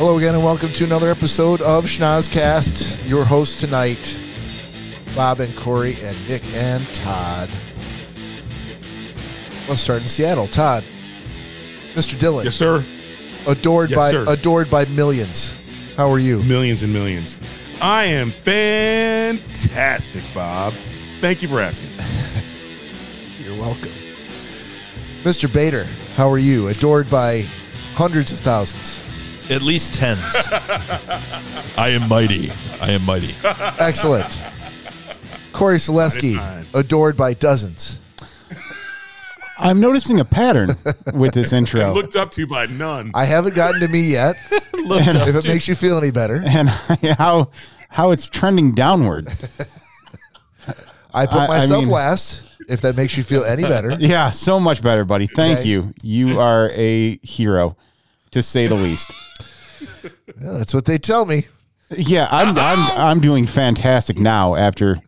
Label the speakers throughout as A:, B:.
A: again, and welcome to another episode of Schnozcast. Your hosts tonight, Bob and Corey and Nick and Todd. Let's start in Seattle. Todd, Mr. Dillon,
B: Yes, sir.
A: adored
B: Yes,
A: by
B: sir.
A: adored by millions. How are you?
B: Millions and millions. I am fantastic, Bob. Thank you for asking.
A: You're welcome, Mr. Bader. How are you? Adored by hundreds of thousands.
C: At least tens. I am mighty. I am mighty.
A: Excellent. Corey Selesky,
B: Fine.
A: adored by dozens.
D: I'm noticing a pattern with this intro,
B: Looked up to by none.
A: Oh. I haven't gotten to me yet. if it makes you feel any better,
D: and how how it's trending downward.
A: I put
D: I- I
A: myself
D: mean-
A: last. If that makes you feel any better,
D: Yeah, so much better, buddy. Thank
A: Okay.
D: you. You are a hero, to say the least.
A: Yeah, that's what they tell me.
D: Yeah, I'm I'm I'm doing fantastic now after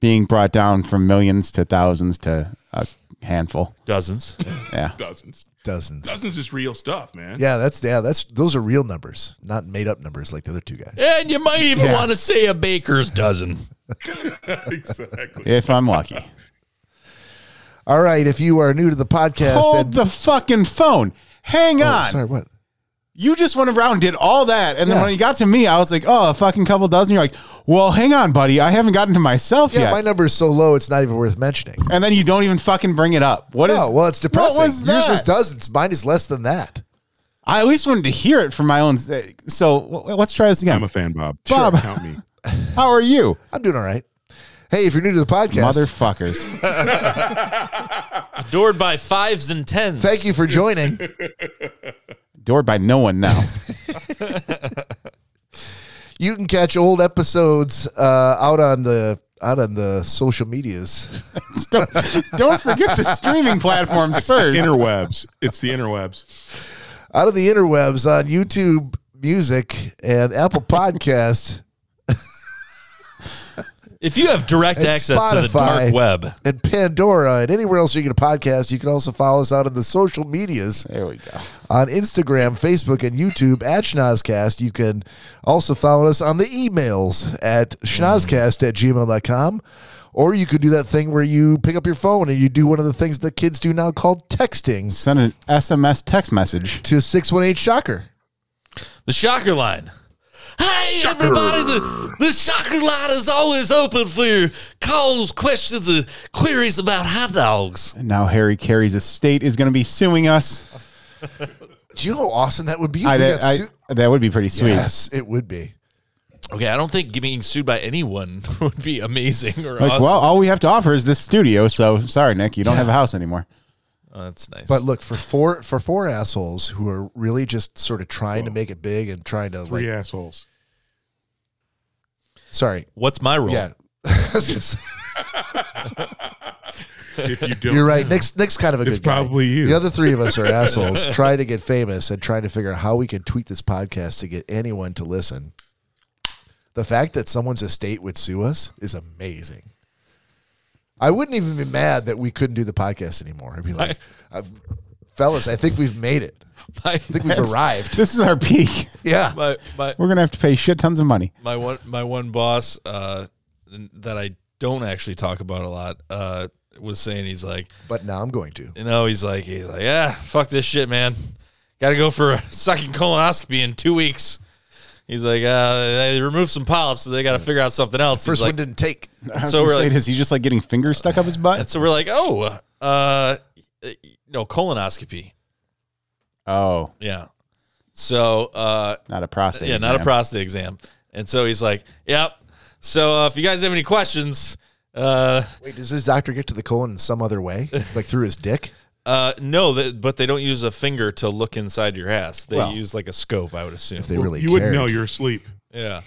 D: being brought down from millions to thousands to a handful.
C: Dozens.
D: Yeah.
B: Dozens.
A: Dozens.
B: Dozens is real stuff, man.
A: Yeah, that's yeah, that's those are real numbers, not made up numbers like the other two guys.
C: And you might even
D: Yeah.
C: want to say a baker's dozen.
B: exactly.
D: If I'm lucky.
A: All right, if you are new to the podcast,
D: Hold
A: and,
D: the fucking phone. Hang
A: Oh,
D: on.
A: sorry, what?
D: you just went around and did all that. And then
A: Yeah.
D: when you got to me, I was like, oh, a fucking couple dozen. You're like, well, hang on, buddy. I haven't gotten to myself
A: Yeah,
D: yet.
A: my number is so low, it's not even worth mentioning.
D: and then you don't even fucking bring it up. What is?
A: Oh well, it's depressing.
D: What was
A: Yours was
D: that?
A: dozens. Mine is less than that.
D: I at least wanted to hear it for my own. So w- let's try this
B: I'm
D: again.
B: a fan, Bob.
D: Bob.
B: Count me.
D: How are you,
A: I'm doing all right. Hey, if you're new to the podcast,
D: motherfuckers?
C: Adored by fives and tens.
A: thank you for joining.
D: Adored by no one now.
A: you can catch old episodes uh, out on the out on the social medias.
D: don't, don't forget the streaming platforms first.
B: Interwebs. It's the interwebs.
A: out of the interwebs on YouTube Music and Apple Podcast
C: If you have direct
A: And
C: access to the
A: Spotify.
C: dark web,
A: and Pandora and anywhere else you get a podcast. You can also follow us out on the social medias
D: there we go.
A: on Instagram, Facebook, and YouTube at Schnozcast. You can also follow us on the emails at schnozcast at gmail.com. Or you could do that thing where you pick up your phone and you do one of the things that kids do now called texting
D: Send an SMS text message.
A: to 618 Shocker.
C: the shocker line. Hey, everybody, the, the shocker line is always open for your calls, questions, and queries about hot dogs.
D: And now Harry Carey's estate is going to be suing us.
A: Do you know how awesome that would be? if
D: I,
A: we got
D: I,
A: su-
D: that would be pretty sweet.
A: yes, it would be.
C: Okay, I don't think being sued by anyone would be amazing or
D: Like,
C: awesome.
D: well, all we have to offer is this studio. So sorry, Nick, you don't have a house anymore.
C: Oh, that's nice.
A: But look for four for four assholes who are really just sort of trying to make it big and trying to like.
B: Three assholes.
A: Sorry,
C: What's my role?
A: yeah. I was gonna say-
B: If you don't,
A: You're right. Nick's Nick's kind of a
B: It's
A: good guy.
B: probably you.
A: The other three of us are assholes trying to get famous and trying to figure out how we can tweet this podcast to get anyone to listen. The fact that someone's estate would sue us is amazing. I wouldn't even be mad that we couldn't do the podcast anymore. I'd be like, I've, "Fellas, I think we've made it.
C: My,
A: I think we've arrived."
D: This is our peak.
A: Yeah.
C: my, my,
D: We're gonna have to pay shit tons of money.
C: my one my one boss uh, n- that I don't actually talk about a lot uh, was saying he's like
A: But now I'm going to.
C: you know he's like he's like yeah fuck this shit man got to go for a second colonoscopy in two weeks he's like uh, they removed some polyps so they got to figure out something else He's
A: First
C: like,
A: one didn't take.
C: So
D: So
C: we're
D: we're
C: like-
D: is he just like getting fingers stuck up his
C: and
D: butt?
C: so we're like oh uh, no colonoscopy
D: Oh,
C: yeah so uh,
D: not a prostate.
C: yeah, not a
D: exam.
C: prostate exam. And so he's like, "Yep." So uh, if you guys have any questions, uh,
A: Wait, does this doctor get to the colon in some other way, like through his dick?
C: uh, no, that, but they don't use a finger to look inside your ass. They
A: Well,
C: use like a scope, I would assume.
A: If they
B: Well,
A: really
B: you wouldn't
A: cared.
B: know. You're asleep.
C: yeah.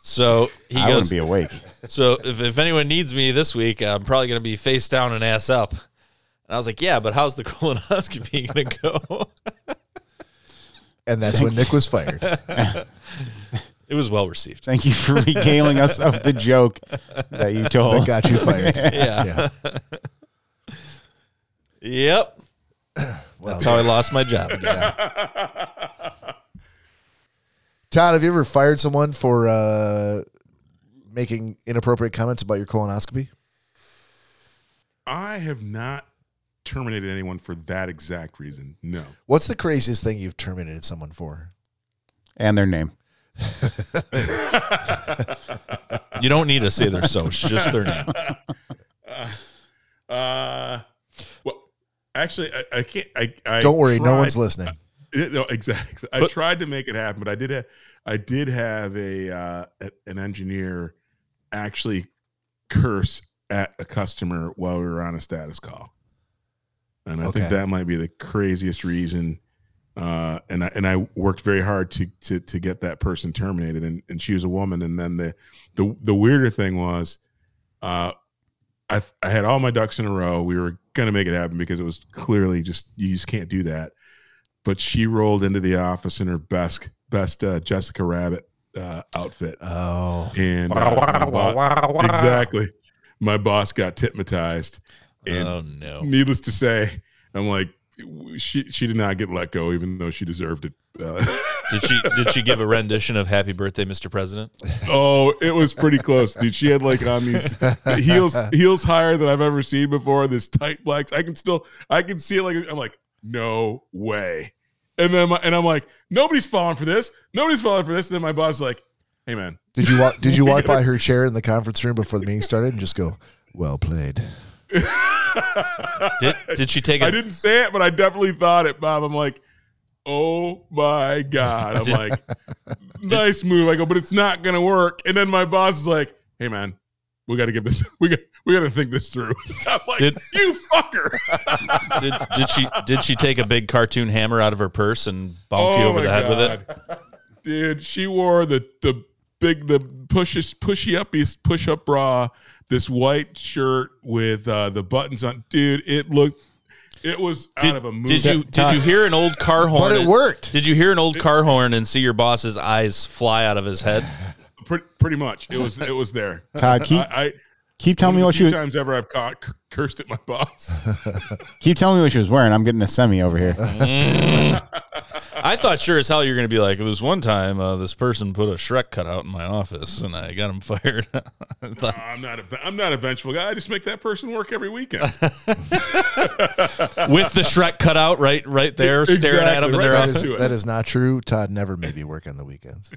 C: So he
D: I
C: goes.
D: wouldn't be awake.
C: so if, if anyone needs me this week, I'm probably going to be face down and ass up. And I was like, "Yeah, but how's the colonoscopy going to go?"
A: and that's when Nick was fired.
C: it was well received.
D: Thank you for regaling us of the joke that you
A: That
D: told.
A: got you fired.
C: Yeah.
A: Yeah.
C: Yep.
A: Well,
C: That's how I lost my job.
A: Todd, have you ever fired someone for uh, making inappropriate comments about your colonoscopy?
B: I have not terminated anyone for that exact reason. No.
A: What's the craziest thing you've terminated someone for?
D: and their name.
C: You don't need to say their soch, just their name.
B: Uh, well, actually, I, I can't. I, I
A: Don't worry, no
B: tried-
A: one's listening.
B: Yeah, No, exactly. I
C: But-
B: tried to make it happen, but I did. Ha- I did have a uh, a- an engineer actually curse at a customer while we were on a status call, and I think
A: Okay.
B: that might be the craziest reason. Uh, and I and I worked very hard to to to get that person terminated, and, and she was a woman. And then the the the weirder thing was, uh, I I had all my ducks in a row. We were gonna make it happen because it was clearly just you just can't do that but she rolled into the office in her best best uh, Jessica Rabbit uh, outfit,
A: Oh,
B: and uh, my bo- exactly, my boss got hypnotized, and
C: Oh no.
B: needless to say, I'm like, she she did not get let go, even though she deserved it. Uh,
C: Did she did she give a rendition of Happy Birthday, Mr. President?
B: oh, it was pretty close, dude. She had like on these heels heels higher than I've ever seen before. This tight blacks. I can still I can see it. Like I'm like, no way. And then my, and I'm like, nobody's falling for this. Nobody's falling for this. And then my boss is like, hey man,
A: did you walk? Did you walk by her chair in the conference room before the meeting started and just go, "Well played"?
C: Did did she take
B: I
C: a
B: didn't say it, but I definitely thought it, Bob. I'm like, oh my God. I'm
C: Did-
B: like, nice move. I go, but it's not gonna work. And then my boss is like, hey man, we gotta give this we got we gotta think this through. I'm like,
C: Did-
B: you fucker.
C: did, did she did she take a big cartoon hammer out of her purse and bonk
B: Oh
C: you over the head with it?
B: it. Dude, she wore the the big the push pushy up push up bra, this white shirt with uh, the buttons on. Dude, it looked it was out
C: Did,
B: of a movie.
C: did you did you hear an old car horn?
A: But it
C: and-
A: worked.
C: Did you hear an old car horn and see your boss's eyes fly out of his head?
B: pretty, pretty much. It was it was there.
D: Todd, keep
B: I, I
D: keep telling me
B: one
D: what
B: of the
D: she
B: few
D: was,
B: times ever I've caught cur- cursed at my boss.
D: keep telling me what she was wearing. I'm getting a semi over here.
C: I thought sure as hell you're going to be like, this one time uh, this person put a Shrek cutout in my office and I got him fired. I thought,
B: I'm not a, I'm not a vengeful guy. I just make that person work every weekend.
C: with the Shrek cutout right right there, staring at him
B: Exactly,
C: in their
B: right
A: That
B: up
A: is,
C: office.
B: to it.
A: that is not true. Todd never made me work on the weekends.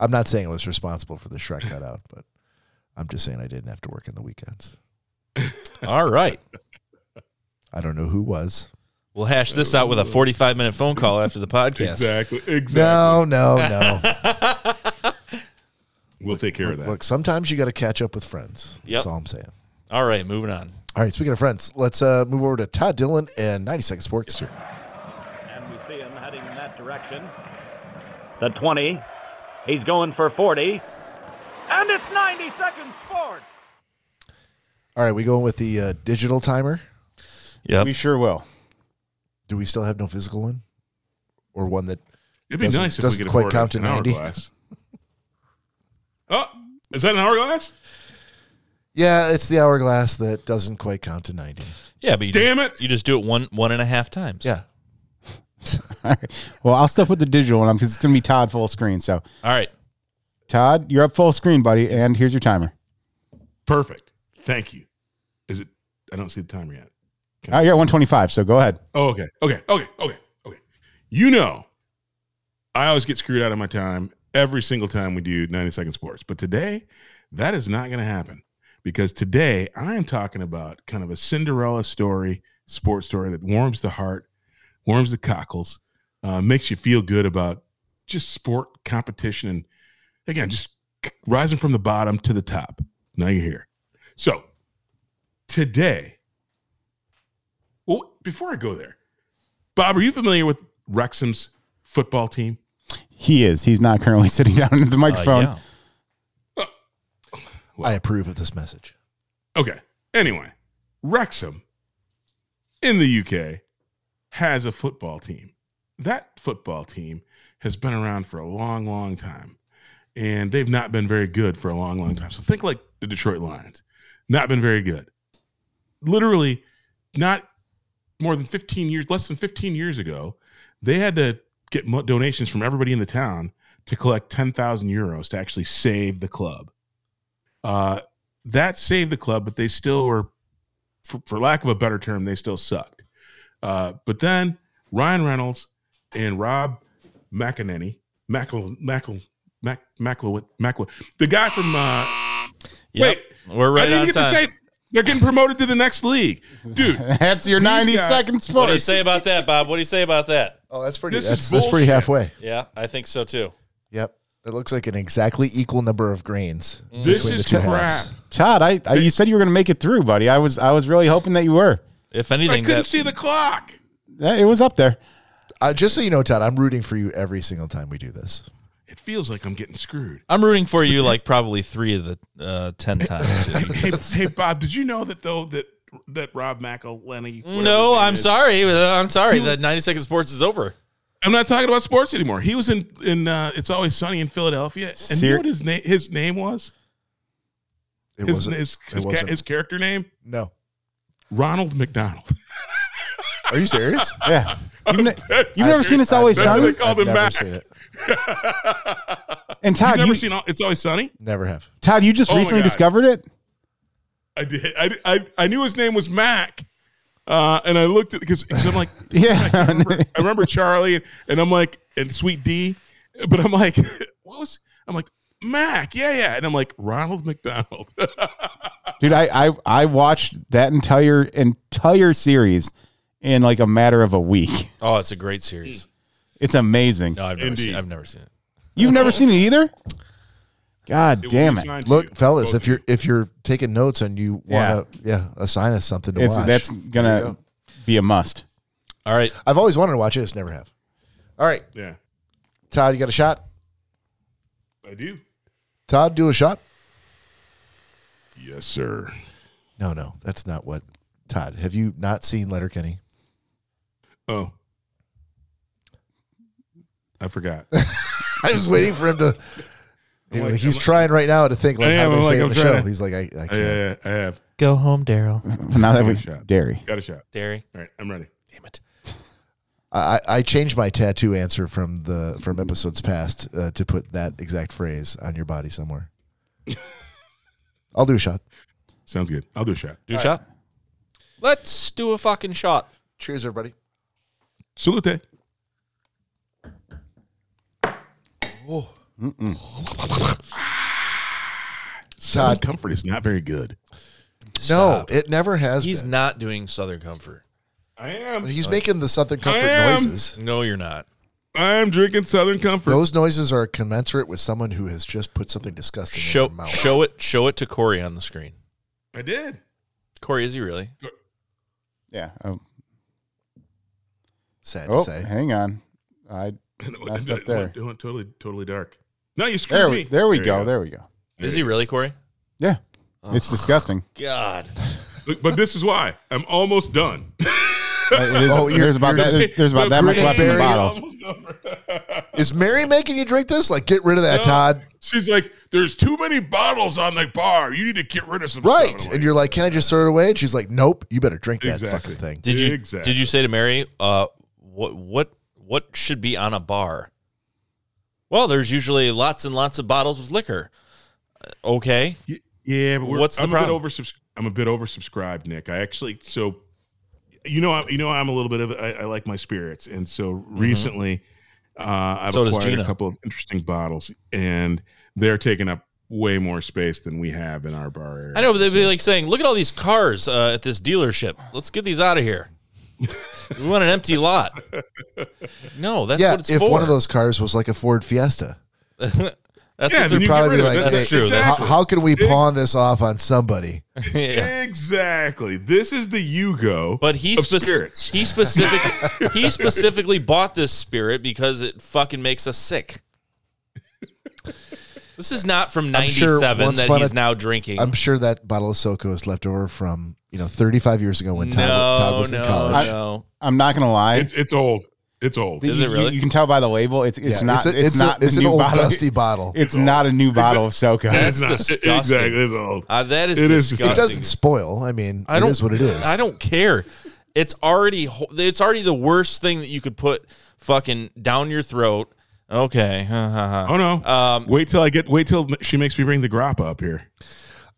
A: I'm not saying I was responsible for the Shrek cutout, but I'm just saying I didn't have to work on the weekends.
C: All right.
A: I don't know who was.
C: We'll hash this out with a 45 minute phone call after the podcast.
B: Exactly.
A: No,
B: Exactly.
A: no, no.
B: We'll take care of that.
A: Look, sometimes you got to catch up with friends.
C: Yep.
A: That's all I'm saying.
C: All right, moving on.
A: All right, speaking of friends, let's uh, move over to Todd Dillon and 90 Second Sports.
E: and we see him heading in that direction. The 20. He's going for 40. And it's 90 seconds forward.
A: All right, we going with the uh, digital timer.
C: Yep.
D: We sure will.
A: Do we still have no physical one, or one that?
B: It'd be
A: Doesn't-
B: nice if we
A: doesn't
B: could
A: quite
B: afford
A: count
B: count
A: to
B: an
A: 90.
B: hourglass. oh, is that an hourglass?
A: Yeah, it's the hourglass that doesn't quite count to 90.
C: Yeah, but you
B: Damn
C: just,
B: it.
C: you just do it one one and a half times.
A: Yeah,
D: All right. Well, I'll step with the digital one because it's gonna be Todd full screen. So
C: All right.
D: Todd, you're up full screen, buddy, and here's your timer.
B: Perfect. Thank you. Is it? I don't see the timer yet.
D: All right, you're at 125. So go ahead.
B: Oh, okay. Okay. Okay. Okay. Okay. You know, I always get screwed out of my time every single time we do 90 second sports. But today, that is not going to happen because today I am talking about kind of a Cinderella story, sports story that warms the heart, warms the cockles, uh, makes you feel good about just sport competition. And again, just rising from the bottom to the top. Now you're here. So today, well, before I go there, Bob, are you familiar with Wrexham's football team?
D: He is. He's not currently sitting down at the
C: Uh,
D: microphone.
C: yeah.
A: I approve of this message.
B: Okay. Anyway, Wrexham in the UK has a football team. That football team has been around for a long, long time, and they've not been very good for a long, long time. So think like the Detroit Lions, not been very good. Literally, not more than 15 years, less than 15 years ago, They had to get mo- donations from everybody in the town to collect 10,000 euros to actually save the club. Uh, that saved the club, but they still were, for, for lack of a better term, they still sucked. Uh, but then Ryan Reynolds and Rob McEnany, Mackle, Mackle, Mac, Macklewood, Macklewood, the guy from, uh,
C: Yep,
B: wait,
C: we're
B: I
C: right
B: didn't
C: on
B: get
C: time.
B: to say they're getting promoted to the next league, dude.
D: That's your 90
B: guys-
D: seconds
C: what do you
D: for
C: say about that, Bob? What do you say about that?
A: Oh, that's pretty.
B: This is
A: that's, that's pretty
B: bullshit.
A: halfway.
C: Yeah, I think so too.
A: Yep. It looks like an exactly equal number of grains.
B: Mm. This
A: between
B: is
A: the two
B: crap.
A: halves.
D: Todd, I, I you said you were going to make it through, buddy. I was I was really hoping that you were.
C: If
B: I
C: anything,
B: couldn't
C: that,
B: see the clock.
D: That- It was up there.
A: Uh, just so you know, Todd, I'm rooting for you every single time we do this.
B: It feels like I'm getting screwed.
C: I'm rooting for you like probably three of the uh, ten times.
B: hey, hey, Bob, did you know that though that that Rob McElhenney? whatever
C: no,
B: his name
C: I'm
B: is-
C: sorry. I'm sorry. The 90 second sports is over.
B: I'm not talking about sports anymore. He was in in uh, It's Always Sunny in Philadelphia, and you
D: Ser-
B: know what his name his name was
A: It
B: his
A: wasn't.
B: his,
A: it
B: his, ca-
A: wasn't.
B: his character name
A: no.
B: Ronald McDonald.
A: Are you serious?
D: Yeah. You've, ne-
B: That's-
D: you've never seen It's Always
B: That's what
D: Sunny?
B: they called
A: I've
B: him
A: never
B: back.
A: seen it.
B: You've
D: And Todd,
B: never
D: you,
B: seen All- It's Always Sunny?
A: Never have.
D: Todd, you just
B: Oh my
D: recently
B: God.
D: discovered it?
B: I did. I, I, I knew his name was Mac, uh, and I looked at because I'm like, I
D: Yeah.
B: remember, I remember Charlie, and, and I'm like, and Sweet D, but I'm like, what was? I'm like Mac, yeah, yeah, and I'm like Ronald McDonald.
D: Dude, I, I I watched that entire entire series in like a matter of a week.
C: Oh, it's a great series.
D: It's amazing.
C: No, I've never
B: Indeed.
C: seen. I've never seen it.
D: You've never seen it either? God damn it.
A: Look, fellas, if you're if you're taking notes and you want to, yeah. assign us something to
D: It's
A: watch.
D: that's
A: There
D: gonna
A: you go.
D: be a must.
C: All right.
A: I've always wanted to watch it. Just never have. All right,
B: yeah,
A: Todd, you got a shot.
B: I do.
A: Todd, do a shot.
B: Yes, sir.
A: No, no, that's not what. Todd, have you not seen Letterkenny?
B: Oh, I forgot.
A: I was waiting for him to.
B: I'm like-
A: he's
B: I'm-
A: trying right now to think like
B: I
A: how
B: am,
A: do they
B: I'm
A: say
B: like,
A: it in
B: I'm
A: the
B: trying
A: show.
B: to-
A: He's like, I, I can't.
B: I, I, I have
C: Go home, Daryl.
D: Now that
B: Good
D: we
B: shot.
D: dairy.
B: got a shot.
C: Derry.
B: All right, I'm ready.
C: Damn it.
A: I, I I changed my tattoo answer from the from episodes past uh, to put that exact phrase on your body somewhere. I'll do a shot.
B: Sounds good. I'll do a shot.
C: Do a shot. Let's do a fucking shot.
A: Cheers, everybody.
B: Salute.
D: Oh,
B: Southern comfort is not very good.
A: No,
C: Stop.
A: it never has.
C: He's
A: been.
C: not doing Southern Comfort.
B: I am.
A: He's making the Southern Comfort
B: am-
A: noises.
C: No, you're not.
B: I'm drinking Southern Comfort.
A: Those noises are commensurate with someone who has just put something disgusting in
C: Show
A: their mouth.
C: show it show it to Corey on the screen.
B: I did.
C: Corey, is he really?
D: Yeah. Oh,
A: Sad
D: oh,
A: to say.
D: hang on. I
B: It went-
D: Messed
B: it
D: up there.
B: went- it went totally, totally dark. No, you screwed
D: there
B: me.
D: we there we
B: you
D: go. There we go.
C: Is he really, Corey?
D: Yeah. It's disgusting.
C: God.
B: But- But this is why I'm almost done.
D: It is,
A: Oh, you're-
D: there's about
A: you're-
D: that there's about that much
A: Grinning
D: left in the
A: Barry-
D: bottle.
A: Is Mary making you drink this? Like, get rid of that, Todd.
B: She's like, "There's too many bottles on the bar. You need to get rid of some."
A: Right.
B: stuff." I'm
A: And you're like, can I just throw it away? And she's like, nope, you better drink that
B: Exactly.
A: fucking thing.
C: Did you
B: Exactly.
C: did you say to Mary, uh, what what what should be on a bar? Well, there's usually lots and lots of bottles of liquor. Uh, Okay.
B: Y- yeah, but we're,
C: What's the
B: I'm a
C: problem?
B: bit oversubs- I'm a bit oversubscribed, Nick. I actually so you know I, you know I'm a little bit of I, I like my spirits, and so recently uh, I've
C: Mm-hmm. So does
B: acquired a
C: Gina.
B: couple of interesting bottles, and they're taking up way more space than we have in our bar area.
C: I know, but they'd be like saying, "Look at all these cars uh, at this dealership. Let's get these out of here. we want an empty lot." No, that's
A: yeah,
C: what it's
A: if
C: for.
A: one of those cars was like a Ford Fiesta.
C: that's
B: Yeah,
C: what
B: then
C: they're
B: you
A: probably
B: get
A: be
B: rid of
A: like,
B: it.
C: That's true.
A: How,
B: Exactly.
A: how can we pawn this off on somebody?
C: yeah.
B: Exactly. This is the Yugo.
C: But he
B: of
C: spec-
B: spirits.
C: he specifically he specifically bought this spirit because it fucking makes us sick. This is not from
A: sure
C: '97
A: once
C: that
A: upon
C: he's
A: a-
C: now drinking.
A: I'm sure that bottle of Soko is left over from, you know, 35 years ago when
C: no,
A: Todd, Todd was
C: no,
A: in college.
C: no.
D: I'm not gonna lie.
B: it's, it's old. It's old.
C: Is
D: you,
C: it
D: you-
C: really?
D: You can tell by the label. It's
A: Yeah,
D: it's not.
A: a-
D: It's,
A: a-
D: not.
A: it's
D: the
A: an
D: new
A: old
D: bottle.
A: dusty bottle. It
D: It's not a new bottle of Soka.
B: It's
C: That's
B: not-
C: disgusting.
B: Exactly. It's old.
C: Uh, that is
B: It is
C: disgusting.
B: disgusting.
A: doesn't spoil. I mean,
C: I
A: it
C: don't,
A: is what it is.
C: I don't care. It's already ho- it's already the worst thing that you could put fucking down your throat. Okay. ha, ha, ha.
B: Oh no!
C: Um,
B: wait till I get. Wait till she makes me bring the grappa up here.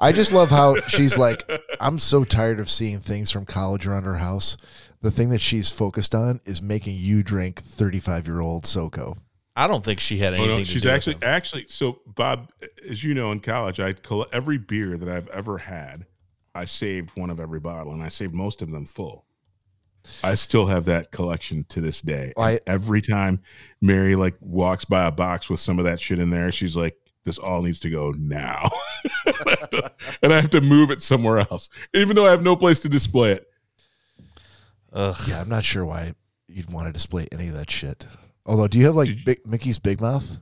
A: I just love how she's like, I'm so tired of seeing things from college around her house. The thing that she's focused on is making you drink 35 year old SoCo.
C: I don't think she had
B: Oh
C: anything.
B: no!
C: to
B: She's
C: do with
B: actually
C: them.
B: actually. So Bob, as you know, in college, I collect every beer that I've ever had. I saved one of every bottle, and I saved most of them full. I still have that collection to this day.
A: I-
B: every time Mary like walks by a box with some of that shit in there, she's like, "This all needs to go now," and, I have to, and I have to move it somewhere else, even though I have no place to display it.
C: Ugh.
A: Yeah, I'm not sure why you'd want to display any of that shit. Although, do you have
B: Did you-
A: like big, Mickey's Big Mouth?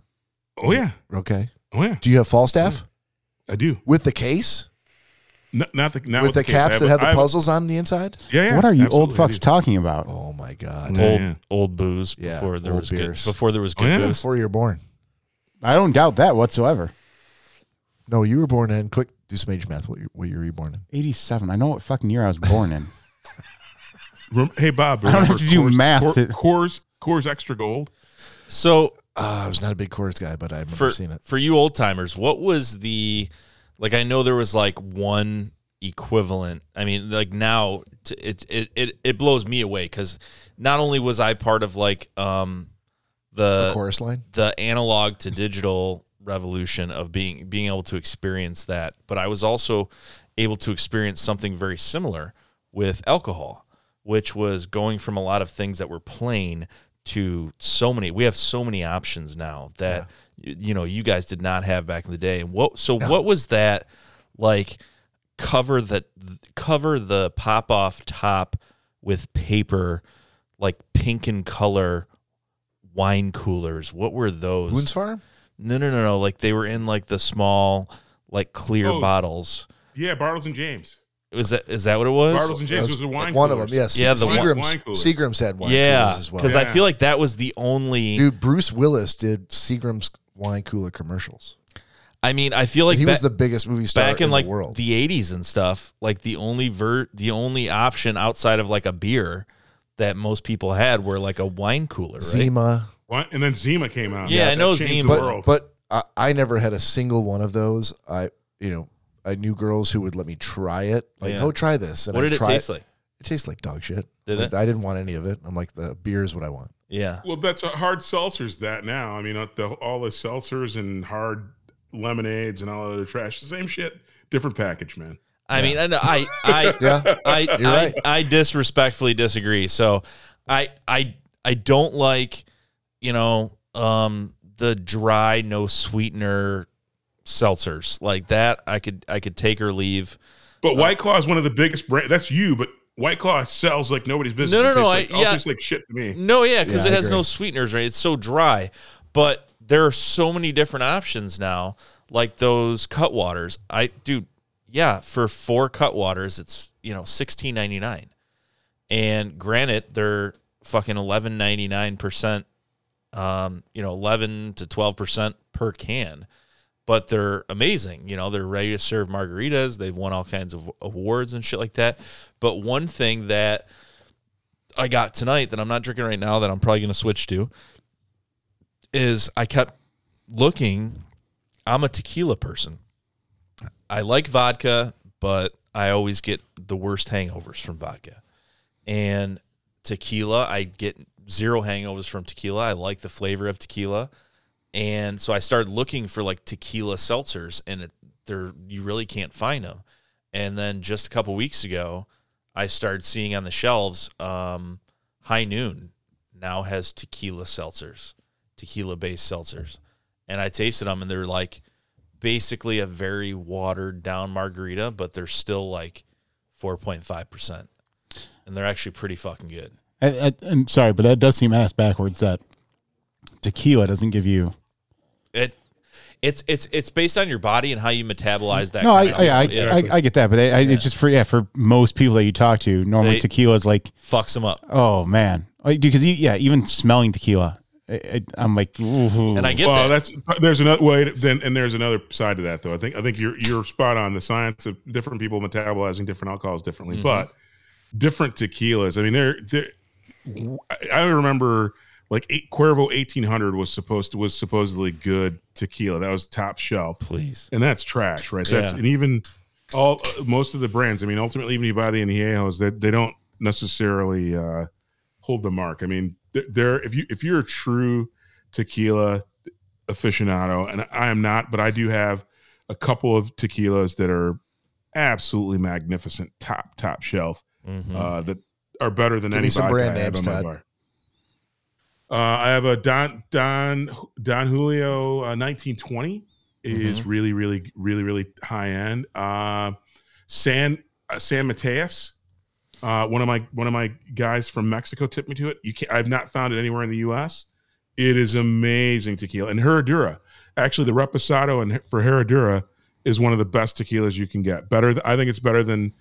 B: Oh yeah,
A: Okay.
B: oh yeah,
A: Do you have Falstaff
B: I do.
A: with the case?
B: Not, not the not
A: with, the,
B: case. I
A: caps
B: have
A: that
B: a-
A: have
B: I
A: the
B: a-
A: puzzles on the inside?
B: Yeah, yeah,
D: what are you old
B: absolutely, I
D: fucks
B: do.
D: talking about?
A: Oh my God.
B: Yeah,
C: Old
B: yeah.
C: old booze
A: Yeah,
C: before there
A: old
C: was
A: beers.
C: good before there was
B: Oh,
C: good
B: yeah.
C: booze.
A: Before you were born.
D: I don't doubt that whatsoever.
A: No, you were born in. Quick, do some age math. What you, what you were you born in?
D: 87. I know what fucking year I was born in.
B: Rem- hey Bob,
D: I don't have
B: remember
D: to do
B: Coors-
D: math
B: Coor-
D: to-
B: Coors, Coors Extra Gold.
C: So
A: Uh, I was not a big chorus guy, but I've never
C: for
A: seen it.
C: for you old timers, what was the like? I know there was like one equivalent. I mean, like now t- it it it, it blows me away because not only was I part of like um
A: The
C: the
A: chorus line?
C: the analog to digital revolution of being being able to experience that but i was also able to experience something very similar with alcohol which was going from a lot of things that were plain to so many we have so many options now that y- you know you guys did not have back in the day and what so what was that like cover the cover the pop off top with paper like pink in color wine coolers what were those
A: Boone's Farm?
C: no no no no like they were in like the small like clear
B: Oh.
C: bottles
B: Yeah, Bartles and James.
C: is that is that what it was
B: Bartles and James was, a wine.
A: one of
B: coolers.
A: them, yes.
C: Yeah, the
A: Seagram's,
B: wine coolers.
A: Seagram's had wine
C: yeah
A: coolers as well.
C: because i
B: Yeah.
C: feel like that was the only
A: Dude, Bruce Willis did Seagram's wine cooler commercials.
C: i mean i feel like
A: he
C: ba-
A: was the biggest movie star
C: back in, like
A: the world.
C: the 80s and stuff like the only ver the only option outside of like a beer that most people had were like a wine cooler right
A: Zima,
B: Wine- and then Zima came out.
C: Yeah, I
B: That
C: know
B: changed
C: Zima.
B: the
A: but
B: world.
A: but I, I never had a single one of those. I you know I knew girls who would let me try it. Like,
C: Yeah.
A: oh, try this. And
C: what
A: I
C: did it
A: try
C: taste like
A: It tastes like dog shit.
C: Did
A: Like,
C: it?
A: I didn't want any of it. I'm like, the beer is what I want.
C: yeah
B: well, that's what hard seltzers. That now, I mean, uh, the, all the seltzers and hard lemonades and all the other trash. The same shit, different package, man.
C: I mean, I know- I I
A: Yeah.
C: I, I,
A: You're right.
C: I disrespectfully disagree. So I I I don't like you know um the dry no sweetener seltzers like that. I could I could take or leave. Uh,
B: But White Claw is one of the biggest brand. That's you, but White Claw sells like nobody's business.
C: No, no,
B: It
C: no,
B: tastes
C: I-
B: Like, all
C: yeah.
B: tastes like shit to me.
C: No, yeah, because
A: Yeah,
C: it
A: I
C: has no
A: agree.
C: sweeteners, right? It's so dry. But there are so many different options now, like those cut waters. I dude, yeah, for four cut waters, it's you know sixteen ninety nine, and granted, they're fucking eleven ninety nine percent, um, you know, eleven to twelve percent per can. But they're amazing. You know, they're ready to serve margaritas. They've won all kinds of awards and shit like that. But one thing that I got tonight that I'm not drinking right now that I'm probably going to switch to is I kept looking. I'm a tequila person. I like vodka, but I always get the worst hangovers from vodka. And tequila, I get zero hangovers from tequila. I like the flavor of tequila. And so I started looking for like tequila seltzers and it, there you really can't find them. And then just a couple weeks ago, I started seeing on the shelves, um, High Noon now has tequila seltzers, tequila based seltzers. And I tasted them and they're like basically a very watered down margarita, but they're still like 4.5%. And they're actually pretty fucking good.
D: I, I, and sorry, but that does seem ass backwards that tequila doesn't give you.
C: It, it's it's it's based on your body and how you metabolize that.
D: No, I,
C: kind of
D: I, I,
C: alcohol.
D: I, I get that, but I, I, it's just for yeah for most people that you talk to, normally
C: They-
D: tequila is like
C: fucks them up,
D: oh man, like, because you, yeah, even smelling tequila, I, I, I'm like ooh.
C: and I get
B: well,
C: that.
B: that's there's another way. Then and there's another side to that though. I think I think you're you're spot on. The science of different people metabolizing different alcohols differently,
C: Mm-hmm.
B: but different tequilas. I mean, they're, they're I I remember like eight, Cuervo 1800 was supposed to was supposedly good tequila. That was top shelf,
C: Please.
B: and that's trash, right? That's
C: Yeah.
B: and even all uh, most of the brands. I mean, ultimately, even if you buy the añejos, that they, don't necessarily uh, hold the mark. I mean, th- there if you if you're a true tequila aficionado, and I am not, but I do have a couple of tequilas that are absolutely magnificent, top top shelf
C: Mhm.
B: uh, that are better than
A: Mm-hmm. Give
B: any
A: me some
B: vodka
A: brand
B: I have
A: names,
B: in my
A: Todd.
B: bar. Uh, I have a Don Don Don Julio uh, 1920 is really really really really high end. Uh, San uh, San Mateus, uh, one of my one of my guys from Mexico tipped me to it. You can not I've not found it anywhere in the U.S. It is amazing tequila and Herradura. Actually, the Reposado and for Herradura is one of the best tequilas you can get. Better, th- I think it's better than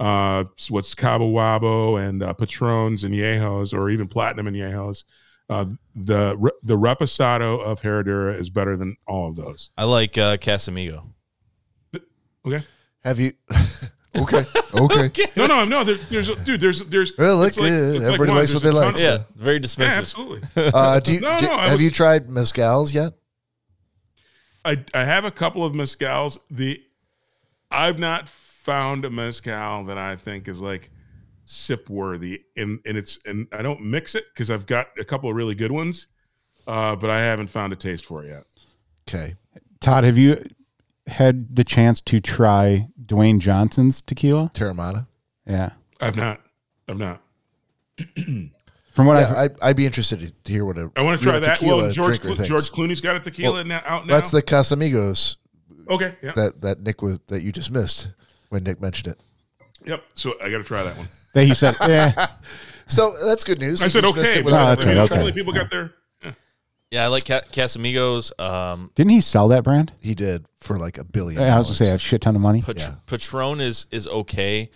B: uh, what's Cabo Wabo and uh, Patrons and Yejos, or even Platinum and Yejos. Uh, the re- the Reposado of Herradura is better than all of those.
C: I like uh, Casamigo.
A: Have you? okay. Okay.
B: No, no, no. There, there's a, dude. There's there's.
A: Well, look,
B: it's like-
A: yeah,
B: it's like
A: everybody
B: wine,
A: likes what
B: there's
A: they
B: a
A: like.
B: ton of-
C: Yeah, very
B: Yeah,
C: dismissive.
B: absolutely.
A: Uh, do you,
B: No,
A: do-
B: no, I
A: have
B: was-
A: you tried mezcals yet?
B: I, I have a couple of mezcals. The I've not found a mezcal that I think is like sip worthy, and and it's and I don't mix it because I've got a couple of really good ones, uh, but I haven't found a taste for it yet.
A: Okay.
D: Todd, have you had the chance to try Dwayne Johnson's tequila?
A: Terramana.
D: Yeah.
B: I've not. I've not.
D: From what I've
A: Yeah, I, I'd be interested to- to hear what a
B: I want to try
A: real
B: that. Well,
A: tequila
B: George
A: drinker
B: Clo-
A: thinks.
B: George Clooney's got a tequila now, out now.
A: That's the Casamigos
B: okay. Yeah.
A: that that Nick was that you just missed when Nick mentioned it.
B: yep. So I got to try that one.
D: that you said, yeah,
A: So that's good news.
B: I
A: You
B: said
A: just missed
B: okay.
A: it
B: But
D: No,
A: without
D: that's
B: I
A: a-
B: mean,
D: right, okay.
B: apparently people got their
C: Yeah, I like Ca- Casamigos. Um,
D: didn't he sell that brand?
A: He did for like a billion.
D: I was gonna say a
A: dollars.
D: shit ton of money.
C: Pat-
A: Yeah.
C: Patron is is okay.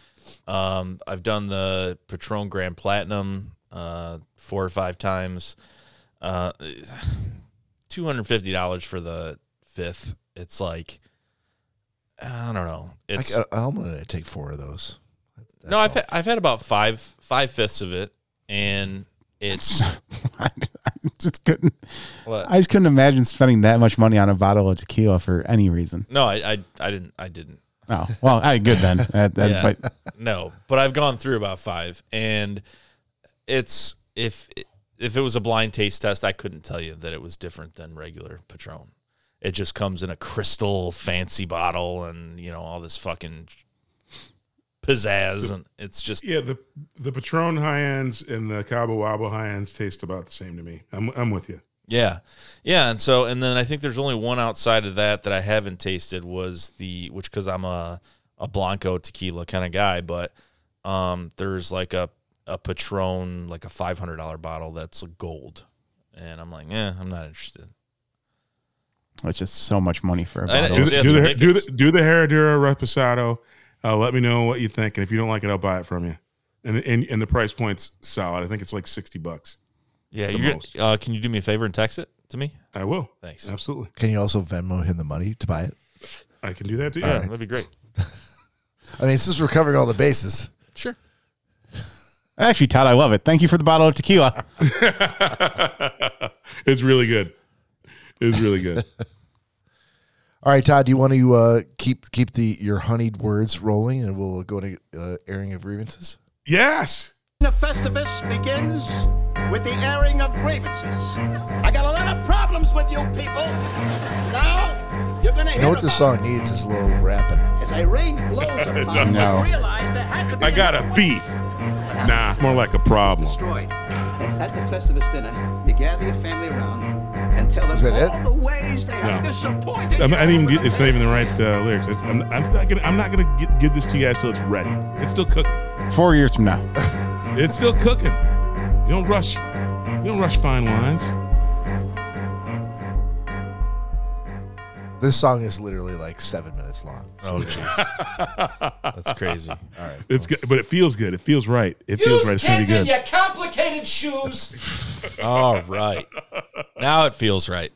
C: Um, I've done the Patron Grand Platinum uh, four or five times. Uh, Two hundred fifty dollars for the fifth. It's like I don't know.
A: I
C: It's
A: ca- I'm gonna take four of those. That's
C: no. I've
A: all.
C: had, I've had about five five fifths of it, and it's
D: I just couldn't.
C: what
D: I just couldn't imagine spending that much money on a bottle of tequila for any reason.
C: no. I, I I didn't I didn't.
D: Oh well, I good then. That- that-
C: Yeah.
D: But
C: No, but I've gone through about five, and it's if if it was a blind taste test, I couldn't tell you that it was different than regular Patron. It just comes in a crystal fancy bottle, and you know all this fucking pizzazz, and it's just
B: yeah. The the Patron high ends and the Cabo Wabo high ends taste about the same to me. I'm I'm with you.
C: yeah, yeah. And so, and then I think there's only one outside of that that I haven't tasted was the which because I'm a a blanco tequila kind of guy, but um, there's like a a Patron like a five hundred dollar bottle that's gold, and I'm like, yeah, I'm not interested.
D: it's just so much money for a
C: I know,
D: bottle.
B: Do
C: It's-
B: the,
C: it's
B: do, the, do
C: ridiculous.
B: the do the Herradura Reposado. Uh, let me know what you think, and if you don't like it, I'll buy it from you. And and, and the price point's solid. I think it's like sixty bucks.
C: Yeah,
B: The
C: you're,
B: most.
C: uh, can you do me a favor and text it to me?
B: I will.
C: Thanks.
B: Absolutely.
A: Can you also Venmo him the money to buy it?
B: I can do that too.
C: Yeah,
B: Yeah.
C: that'd be great.
A: I mean, since we're covering all the bases,
C: Sure.
D: Actually, Todd, I love it. Thank you for the bottle of tequila.
B: it's really good. It's really good.
A: all right, Todd, do you want to uh, keep keep the your honeyed words rolling, and we'll go to uh, airing of grievances?
B: yes.
F: The Festivus begins with the airing of grievances. I got a lot of problems with you people. Now, you're gonna hear
A: You know what this
F: about
A: song needs is a little rapping.
F: it as a rain blows upon them.
D: does.
F: They realize there has to be
B: I got a
F: another way.
B: beef. Nah, more like a problem.
G: destroyed. At the Festivus dinner, you gather your family around and tell them
A: Is that it?
F: All the ways they have
B: No.
F: disappointed
B: I'm,
F: you.
B: I didn't even get, it's not even the right uh, lyrics. I, I'm, I'm not gonna. I'm not gonna get, give this to you guys till it's ready. It's still cooking.
D: Four years from now,
B: It's still cooking. You don't rush. You don't rush fine wines.
A: This song is literally like seven minutes long.
C: Oh jeez, that's crazy.
B: It's good, but it feels good. It feels right. It feels right. It's gonna be good.
G: complicated shoes.
C: All right, now it feels right.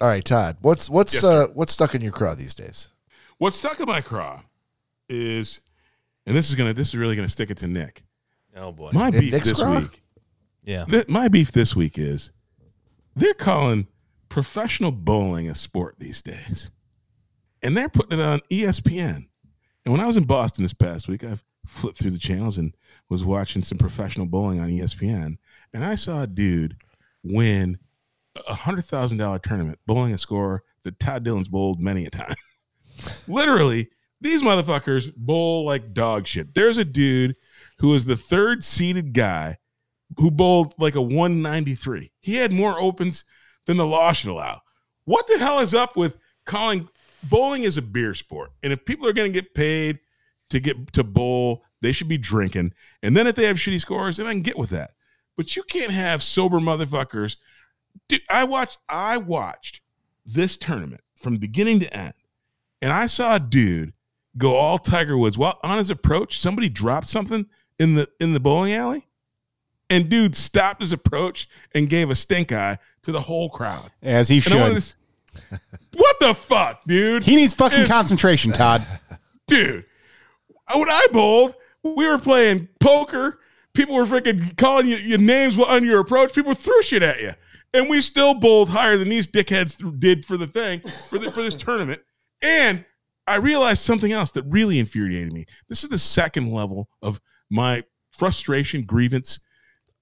A: All right, Todd, what's what's
B: Yes,
A: uh, what's stuck in your craw these days?
B: What's stuck in my craw is, and this is gonna. This is really gonna stick it to Nick.
C: Oh boy,
B: My
A: In
B: beef
A: Nick's
B: this
A: craw?
B: week
C: Yeah.
B: Th- my beef this week is they're calling professional bowling a sport these days, and they're putting it on E ESPN. And when I was in Boston this past week, I flipped through the channels and was watching some professional bowling on E ESPN, and I saw a dude win a hundred thousand dollar tournament bowling a score that Todd Dillon's bowled many a time. Literally, these motherfuckers bowl like dog shit. There's a dude who is the third seeded guy who bowled like a 193. He had more opens than the law should allow. What the hell is up with calling bowling is a beer sport? And if people are going to get paid to get to bowl, they should be drinking. And then if they have shitty scores, then I can get with that. But you can't have sober motherfuckers. Dude, I watched I watched this tournament from beginning to end. And I saw a dude go all Tiger Woods while on his approach, somebody dropped something in the in the bowling alley. And dude stopped his approach and gave a stink eye to the whole crowd.
D: As he
B: And I wanted
D: should.
B: to s- what the fuck, dude?
D: He needs fucking
B: If-
D: concentration, Todd.
B: dude. When I bowled, we were playing poker. People were freaking calling you your names on your approach. People threw shit at you, and we still bowled higher than these dickheads th- did for the thing for the, for this tournament. And I realized something else that really infuriated me. This is the second level of my frustration grievance.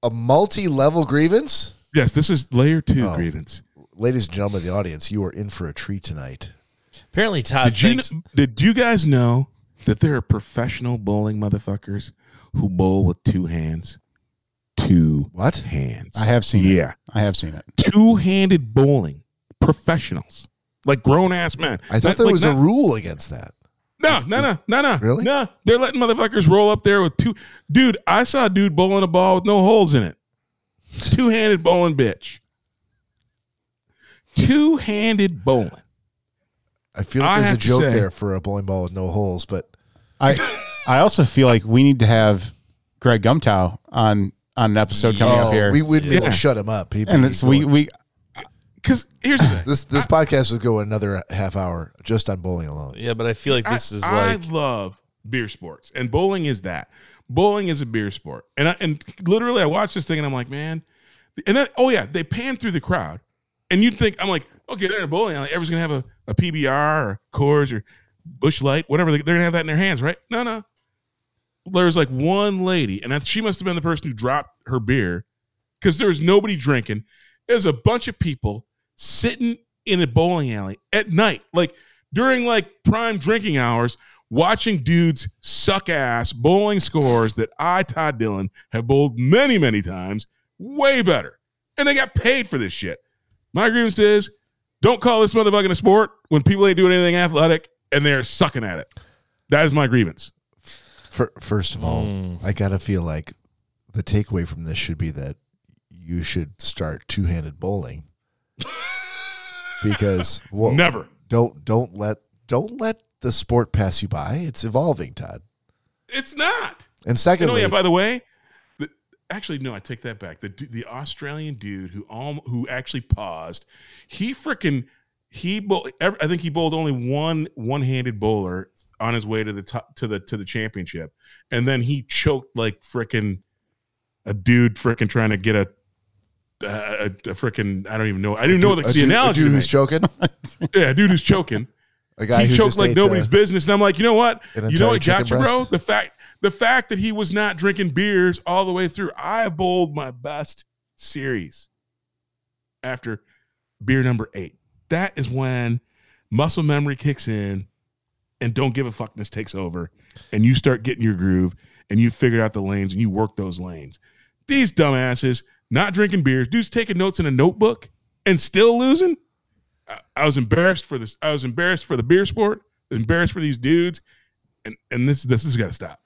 A: A multi-level grievance,
B: Yes, this is layer two
A: Oh.
B: grievance.
A: ladies and gentlemen of the audience. You are in for a treat tonight.
C: Apparently, Todd
B: Did you,
C: thinks
B: kn- did you guys know that there are professional bowling motherfuckers who bowl with two hands? Two
A: What?
B: hands.
D: I have seen it.
B: Yeah.
D: I have seen it.
B: Two handed bowling professionals. Like grown ass men.
A: I thought
B: Not-
A: there
B: like
A: was
B: not-
A: a rule against that.
B: no, no, no, no, no.
A: Really?
B: No. They're letting motherfuckers roll up there with two. Dude, I saw a dude bowling a ball with no holes in it. Two handed bowling, bitch. Two handed bowling.
A: I feel
B: I
A: like there's a
B: have to
A: joke
B: say-
A: there for a bowling ball with no holes, but
D: I I also feel like we need to have Greg Gumtow on on an episode coming
A: Oh,
D: up here.
A: we wouldn't be able
B: Yeah.
A: to shut him up. He'd
D: and
A: be
D: it's we
A: going-
D: we
B: Because here's the thing.
A: this this podcast would go another half hour just on bowling alone.
C: Yeah, but I feel like this is
B: I,
C: like
B: I love beer sports, and bowling is that. Bowling is a beer sport, and I, and literally, I watched this thing, and I'm like, man, and then oh yeah, they pan through the crowd, and you'd think I'm like, okay, they're in a bowling alley, everyone's gonna have a, a PBR or Coors or Bush Light, whatever. They, they're gonna have that in their hands, right? No, no. There's like one lady, and I, she must have been the person who dropped her beer, because there was nobody drinking. There's a bunch of people sitting in a bowling alley at night, like during like prime drinking hours, watching dudes suck ass bowling scores that I, Todd Dillon, have bowled many, many times, way better. And they got paid for this shit. My grievance is don't call this motherfucking a sport when people ain't doing anything athletic and they're sucking at it. That is my grievance.
A: Fir first of all,
D: Mm.
A: I gotta feel like the takeaway from this should be that you should start two handed bowling because well,
B: Never.
A: don't don't let don't let the sport pass you by. It's evolving, Todd.
B: It's not.
A: And
B: And oh
A: secondly,
B: yeah, by the way, the, actually no, I take that back. The du- the Australian dude who alm, who actually paused, he freaking he bowl, ev I think he bowled only one one handed bowler on his way to the top to the to the championship, and then he choked like freaking a dude freaking trying to get a. A, a freaking I don't even know I didn't know the,
A: a
B: the
A: dude-
B: analogy.
A: a dude
B: to
A: who's choking,
B: make. yeah, a dude who's choking
A: a guy
B: he
A: who
B: choked
A: just
B: like
A: ate,
B: nobody's
A: uh,
B: business. And I'm like, you know what?
A: an
B: You know what
A: entire
B: got you,
A: chicken
B: bro?
A: breast?
B: The fact the fact that he was not drinking beers all the way through. I bowled my best series after beer number eight. That is when muscle memory kicks in and don't give a fuckness takes over. And you start getting your groove and you figure out the lanes and you work those lanes. These dumbasses not drinking beers, dudes taking notes in a notebook and still losing. I, I was embarrassed for this. I was embarrassed for the beer sport. Embarrassed for these dudes, and and this this has got to stop.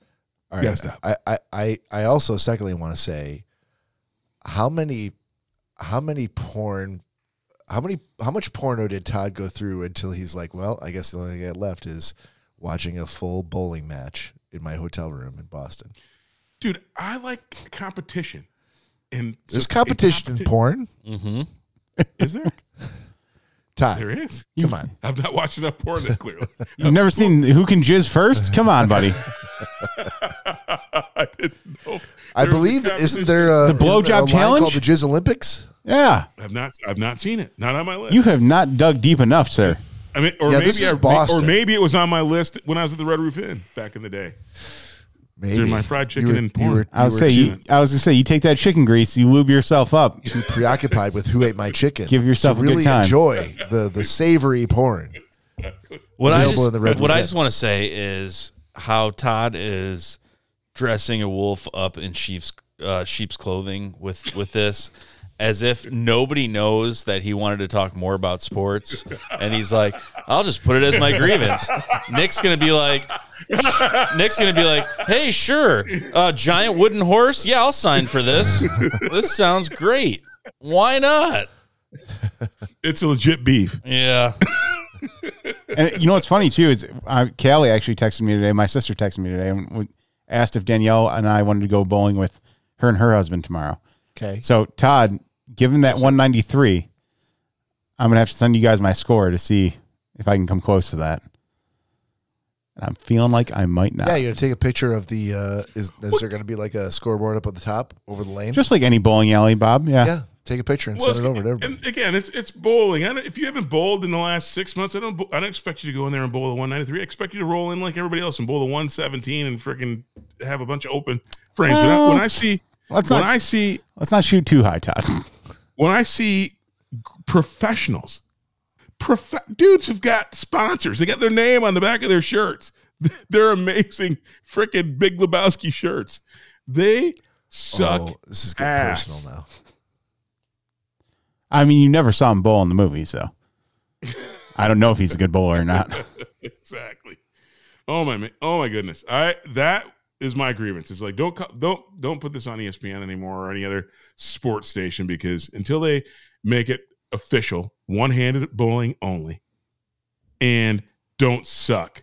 A: All
B: Gotta stop.
A: I, I, I, I also secondly want to say how many how many porn how many how much porno did Todd go through until he's like, Well, I guess the only thing I got left is watching a full bowling match in my hotel room in Boston.
B: Dude, I like competition. And
A: There's
B: so-
A: competition
B: competi-
A: in porn.
B: Is there?
A: Todd,
B: There is.
A: come on.
B: I've not watched enough porn that clearly.
D: you've never seen who can jizz first. Come on, buddy.
B: I didn't know.
A: I
B: There was a
A: believe isn't there a
D: The blowjob
A: isn't there a line
D: challenge?
A: called the Jizz Olympics?
D: Yeah.
B: I've not I've not seen it. Not on my list.
D: You have not dug deep enough, sir.
B: I mean, or
A: Yeah, this
B: maybe
A: is
B: I, or
A: Boston.
B: maybe it was on my list when I was at the Red Roof Inn back in the day.
A: Maybe
B: Dude, my fried chicken
A: you were,
B: and
A: you
B: porn.
A: were,
D: I would
A: you
D: say
A: were
D: you,
A: too
D: I was gonna say you take that chicken grease, you lube yourself up.
A: preoccupied with who ate my chicken.
D: Give yourself
A: to
D: a good
A: really
D: time.
A: enjoy the the savory porn.
C: What I
A: Available
C: just,
A: in the Red
C: what I
A: Room.
C: just want to say is how Todd is dressing a wolf up in sheep's uh, sheep's clothing with with this, as if nobody knows that he wanted to talk more about sports, and he's like, "I'll just put it as my grievance." Nick's gonna be like. Nick's gonna be like, "Hey, sure, uh, giant wooden horse. Yeah, I'll sign for this. This sounds great. Why not?
B: It's a legit beef.
C: Yeah,
D: And you know what's funny too is uh, Callie actually texted me today. My sister texted me today and w- asked if Danielle and I wanted to go bowling with her and her husband tomorrow.
A: Okay.
D: So Todd, given that 193, I'm gonna have to send you guys my score to see if I can come close to that. And I'm feeling like I might not.
A: Yeah, you're gonna take a picture of the. Uh, is is there gonna be like a scoreboard up at the top over the lane?
D: Just like any bowling alley, Bob. Yeah.
A: yeah, take a picture and
B: Well,
A: send it over to everybody.
B: and again, it's it's bowling. I don't, if you haven't bowled in the last six months, I don't bo- I don't expect you to go in there and bowl the 193. I expect you to roll in like everybody else and bowl the 117 and freaking have a bunch of open frames. When I-
D: Well,
B: when I see
D: Let's
B: when
D: not
B: I see
D: let's not shoot too high, Todd.
B: when I see professionals, prof- dudes who've got sponsors, they got their name on the back of their shirts. They're amazing, freaking Big Lebowski shirts. They suck.
A: Oh, this is getting
B: ass.
A: personal now.
D: I mean, you never saw him bowl in the movie, so I don't know if he's a good bowler or not.
B: exactly. Oh my, ma- oh my goodness. I that is my grievance. It's like don't co- don't don't put this on E ESPN anymore or any other sports station because until they make it official, one-handed bowling only, and don't suck,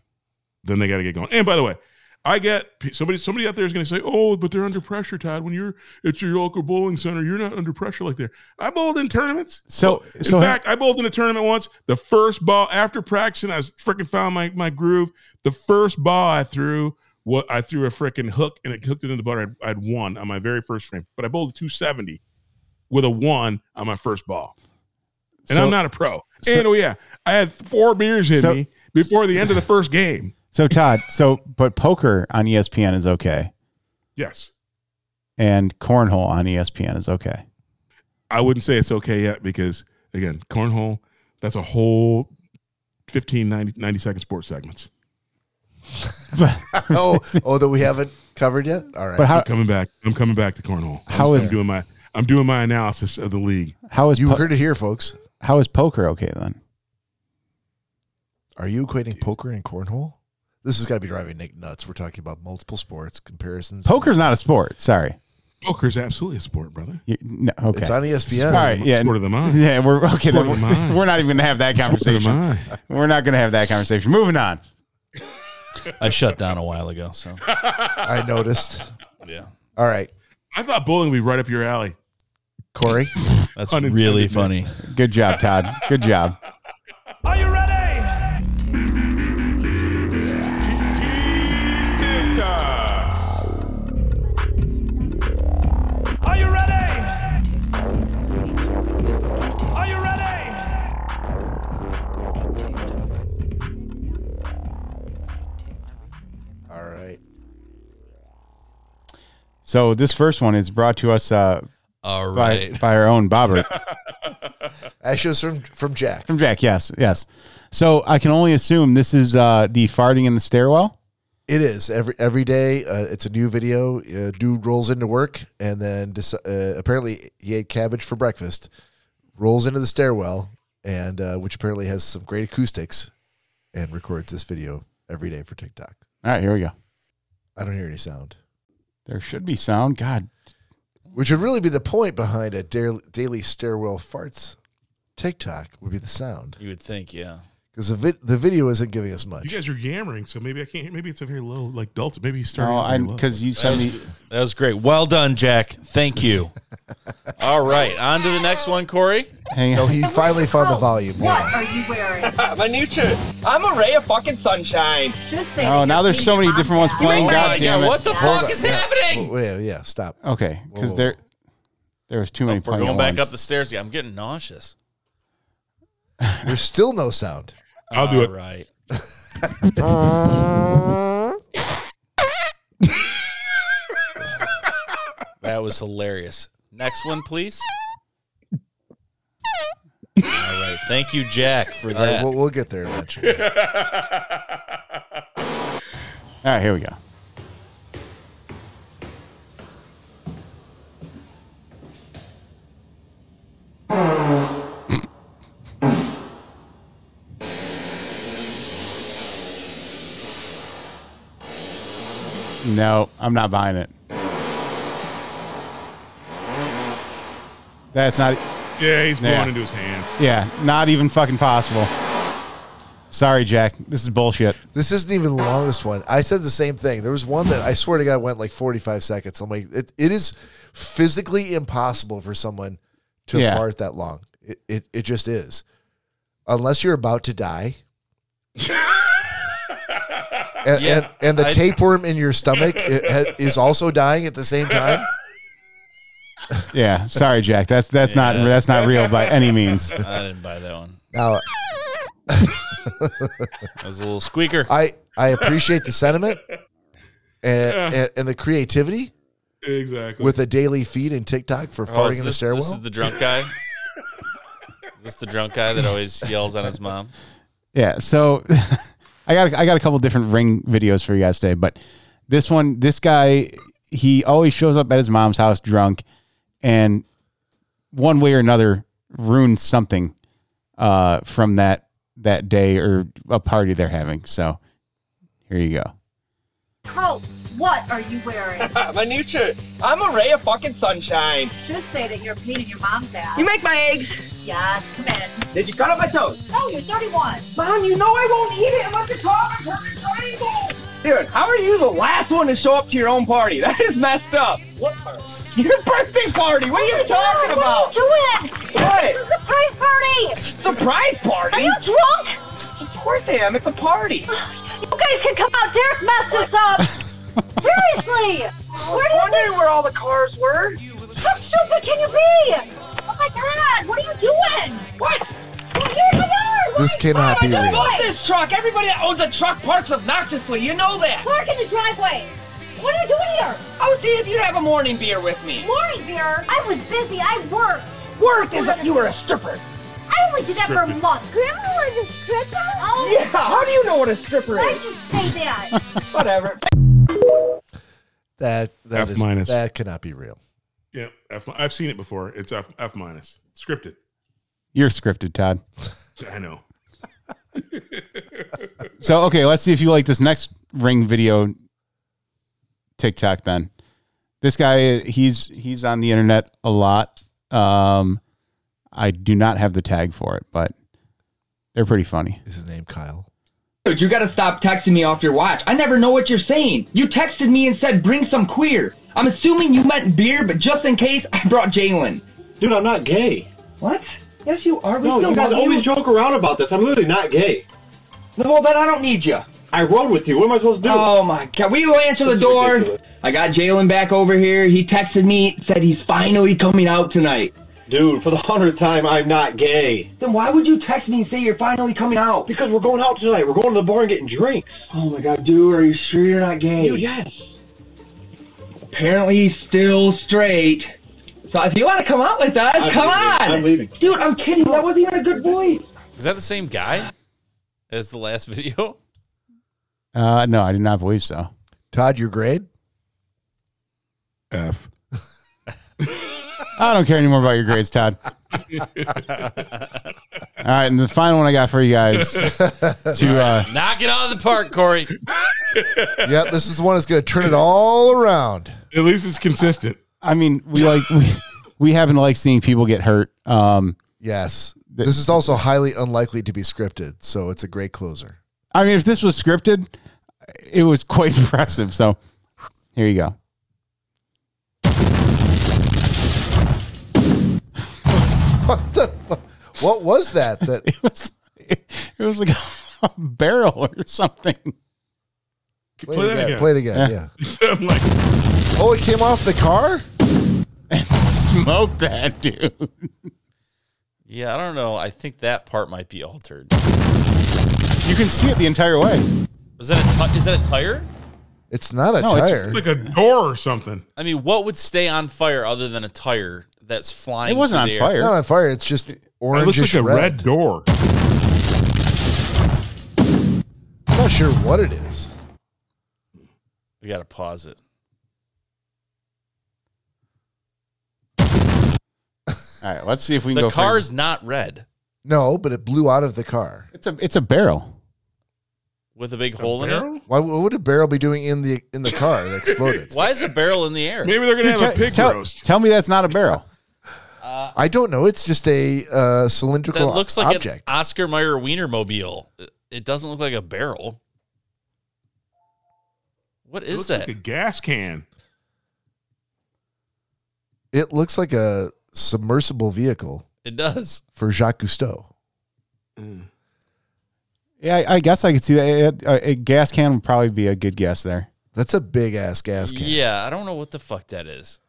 B: then they got to get going. And by the way. I get p- somebody. Somebody out there is going to say, "Oh, but they're under pressure, Todd. When you're at your local bowling center, you're not under pressure like there." I bowled in tournaments.
D: So,
B: In
D: so
B: fact, I bowled in a tournament once. The first ball after practicing, I was freaking found my, my groove. The first ball I threw, what I threw a freaking hook and it hooked it in the butter. I'd, I'd won on my very first frame, but I bowled a 270 with a one on my first ball. And
D: so-
B: I'm not a pro.
D: so-
B: and oh, yeah, I had four beers in
D: So-
B: me before the end of the first game.
D: So Todd, so but poker on E ESPN is okay,
B: Yes.
D: and cornhole on E ESPN is okay.
B: I wouldn't say it's okay yet because, again, cornhole, that's a whole 15, 90, 90 second sports segments.
A: oh, oh, that we haven't covered yet. All right,
D: But how
B: coming back. I'm coming back to cornhole. I'm
D: How is-
B: doing my I'm doing my analysis of the league.
D: how
A: uh,
D: is
A: you
D: po-
A: heard it here, folks.
D: how is poker okay then?
A: Are you equating poker and cornhole? This has got to be driving Nick nuts. We're talking about multiple sports comparisons.
D: Poker's not a sport. Sorry,
B: Poker's absolutely a sport, brother.
D: you, no, okay.
A: It's on E ESPN.
D: All
B: Sport
D: right,
B: of the-
D: yeah,
B: sport of the mind.
D: Yeah, we're okay.
B: Sport
D: Then
B: of the mind.
D: we're, we're not even gonna have that conversation.
B: Am I?
D: We're not gonna have that conversation. Moving on.
C: I shut down a while ago. So
A: I noticed.
C: yeah.
A: All right,
B: I thought bowling would be right up your alley.
A: Corey.
C: That's
B: Unintended,
C: really
B: man.
C: funny.
D: Good job, Todd. Good job.
E: Are you ready? Are you ready? Are you ready?
A: All right.
D: So this first one is brought to us uh,
C: All
D: by
C: right.
D: by our own Bobbert.
A: Actually, it's from from Jack.
D: From Jack, yes, yes. So I can only assume this is uh, the farting in the stairwell.
A: It is every every day. Uh, it's a new video. A dude rolls into work and then dis- uh, apparently he ate cabbage for breakfast. Rolls into the stairwell and uh, which apparently has some great acoustics, and records this video every day for TikTok.
D: All right, here we go.
A: I don't hear any sound,
D: There should be sound. God,
A: which would really be the point behind a daily, daily stairwell farts TikTok would be the sound
C: You would think, yeah.
A: because the vid- the video isn't giving us much.
B: You guys are yammering, so maybe I can't. Maybe it's a very low, like Dalton. Maybe he's starting.
D: No,
B: out
D: I
B: very low.
D: because you sent me.
C: That was great. Well done, Jack. Thank you. All right, on to the next one, Corey.
D: Hang
A: no,
D: on.
A: he finally found the volume.
H: What are you wearing?
I: My new tune. I'm a ray of fucking sunshine.
H: Just say
D: Oh, now there's so many different ones playing.
H: You ain't
D: God damn it!
C: Oh What the
A: Hold
C: fuck
A: on,
C: is
A: yeah.
C: happening?
A: Oh, yeah, yeah, stop.
D: Okay, because
A: Whoa.
D: there, there was too
C: Oh,
D: many.
C: We're
D: playing
C: going
D: at
C: back
D: once.
C: up the stairs. Yeah, I'm getting nauseous.
A: There's still no sound.
B: I'll do it.
D: uh,
C: All right. that was hilarious. Next one, please. All right. Thank you, Jack, for
A: All right,
C: that.
A: we'll, we'll get there eventually.
D: All right, here we go. No, I'm not buying it. That's not,
B: Yeah, he's blowing
D: Yeah.
B: into his hands.
D: yeah, not even fucking possible. Sorry, Jack. This is bullshit.
A: This isn't even the longest one. I said the same thing. There was one that I swear to God went like 45 seconds. I'm like, it, it is physically impossible for someone to
D: Yeah.
A: fart that long. It, it, it just is. Unless you're about to die. and,
C: Yeah,
A: and, and the
C: I-
A: tapeworm in your stomach i- ha- is also dying at the same time.
D: Yeah, sorry, Jack. That's that's
C: Yeah.
D: not that's not real by any means.
C: I didn't buy that one.
A: Now,
C: That was a little squeaker.
A: I, I appreciate the sentiment and, and, and the creativity
B: Exactly.
A: with a daily feed and TikTok for
C: Oh,
A: farting
C: is
A: in the
C: this-
A: stairwell.
C: This is the drunk guy. is this the drunk guy that always yells at his mom?
D: Yeah, so I got I got a couple different ring videos for you guys today, but this one, this guy, he always shows up at his mom's house drunk, and one way or another ruins something uh, from that that day or a party they're having. So here you go.
H: Coat. What are you wearing?
I: My new tune. I'm a ray of fucking sunshine.
H: Just say that you're peeing your mom's ass.
I: You make my eggs.
H: yes, come in.
I: Did you cut up my toes?
H: No, you're 31.
I: Mom, you know I won't eat it unless it's hot and perfect triangle. Dude, how are you the last one to show up to your own party? That is messed up. What party? Your birthday party. What are you talking about?
H: What are you doing?
I: What?
H: It's a surprise party.
I: Surprise
H: Are
I: party?
H: you drunk?
I: Of course I am. It's a party.
H: You guys can come out. Derek messed this up. Seriously. Where
I: I'm
H: does
I: wondering
H: this...
I: where all the cars were.
H: How stupid can you be? Oh, my God. What are you doing?
I: What?
H: Well, here they are.
A: This
H: Why-
A: cannot be
H: why am I
A: real.
H: going
I: Love this truck. Everybody that owns a truck parks obnoxiously. You know that.
H: Park in the driveway. What are you doing here?
I: I was seeing if you'd have a morning beer with me.
H: Morning, dear. I was busy. I worked.
I: Work is that you were a stripper.
H: I only did that for a month. Grandma was a stripper? Oh,
I: Yeah, how do you know what a stripper
H: why'd
I: is?
H: you say that?
I: Whatever.
A: That that
B: F
A: is-
B: minus.
A: that cannot be real.
B: yeah, F, mi- I've seen it before. It's F, F minus scripted.
D: You're scripted, Todd.
B: I know.
D: So okay, let's see if you like this next ring video TikTok then. This guy he's he's on the internet a lot. Um I do not have the tag for it, but they're pretty funny.
A: Is his name Kyle?
I: Dude, you gotta stop texting me off your watch. I never know what you're saying. You texted me and said, bring some queer. I'm assuming you meant beer, but just in case, I brought Jalen.
J: Dude, I'm not gay.
I: What? Yes, you are. We
J: No,
I: still
J: you guys
I: love
J: always joke around about this. I'm literally not gay.
I: No, well, then I don't need you.
J: I rode with you. What am I supposed to do?
I: Oh my god, we will answer the
J: This is
I: door.
J: ridiculous.
I: I got Jalen back over here. He texted me, said he's finally coming out tonight.
J: Dude, for the hundredth time, I'm not gay.
I: Then why would you text me and say you're finally coming out?
J: Because we're going out tonight. We're going to the bar and getting drinks.
I: Oh my god, dude, are you sure you're not gay?
J: Dude, yes.
I: Apparently he's still straight. So if you want to come out with us,
J: I'm
I: come
J: leaving.
I: on!
J: I'm leaving.
I: Dude, I'm kidding. That wasn't even a good voice.
C: Is that the same guy as the last video?
D: Uh no, I did not believe so.
A: Todd, your grade?
B: F.
D: I don't care anymore about your grades, Todd. All right, and the final one I got for you guys to uh
C: Knock it out of the park, Corey.
A: Yep, this is the one that's going to turn it all around.
B: At least it's consistent.
D: I mean, we like we, we happen to like seeing people get hurt. Um
A: Yes, This is also highly unlikely to be scripted, so it's a great closer.
D: I mean, if this was scripted, it was quite impressive. So here you go.
A: What the? fu- What was that? That
D: It was, it, was like a barrel or something.
A: play,
B: Play
A: it
B: that
A: again,
B: again.
A: Play it again.
D: Yeah.
A: Yeah.
B: I'm like,
A: Oh, it came off the car.
D: And smoke that dude.
C: Yeah, I don't know. I think that part might be altered.
D: You can see it the entire way.
C: Was that a ti- is that a tire?
A: It's not a
D: No, it's-
A: tire.
B: it's like a door or something.
C: I mean, what would stay on fire other than a tire that's flying?
D: It wasn't
C: through
D: on
C: the air?
A: It's not on fire. It's just
B: It
A: orange.
B: looks like a red, door.
A: I'm not sure what it is.
C: We got to pause it.
D: All right, let's see if we can
C: The
D: go. further.
C: car's not red
A: No, but it blew out of the car.
D: It's a it's a barrel.
C: with a big
B: A
C: hole in it.
B: barrel?
A: Why? What would a barrel be doing in the in the car that exploded?
C: Why is a barrel in the air?
B: Maybe they're gonna have a
D: Tell-
B: pig
D: tell,
B: roast.
D: tell me that's not a barrel.
A: I don't know. It's just a uh, cylindrical
C: That looks like
A: object.
C: an Oscar Mayer Wiener mobile. It doesn't look like a barrel. What
B: It
C: is
B: looks
C: that?
B: like a gas can.
A: it looks like a submersible vehicle
C: it does.
A: for Jacques Cousteau.
D: Yeah, I, I guess I could see that. uh, A, a gas can would probably be a good guess there.
A: That's a big ass gas can.
C: Yeah, I don't know what the fuck that is.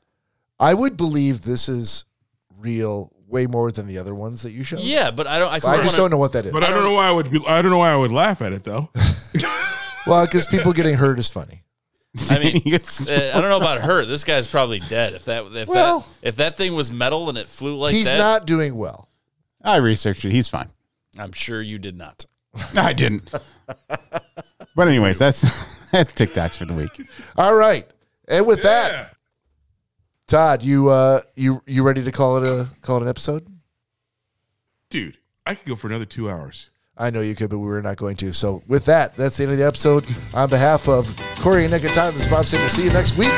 A: I would believe this is real way more than the other ones that you showed.
C: Yeah, but I don't. I,
A: But I just don't know what that is.
B: But I don't know why I would. Be, I don't know why I would laugh at it though.
A: Well, because people getting hurt is funny.
C: I mean,
D: it's,
C: Uh, I don't know about her. This guy's probably dead. If that if
A: Well-
C: that if that thing was metal and it flew like
A: He's
C: that,
A: not doing well.
D: I researched it. He's fine.
C: I'm sure you did not.
D: No, I didn't. but anyways, that's that's TikToks for the week.
A: All right. And with that,
B: Yeah.
A: Todd, you uh you you ready to call it a call it an episode?
B: dude, I could go for another two hours.
A: I know you could, but we were not going to. So with that, that's the end of the episode. On behalf of Corey and Nick and Todd, this is Bob Singer. See you next week.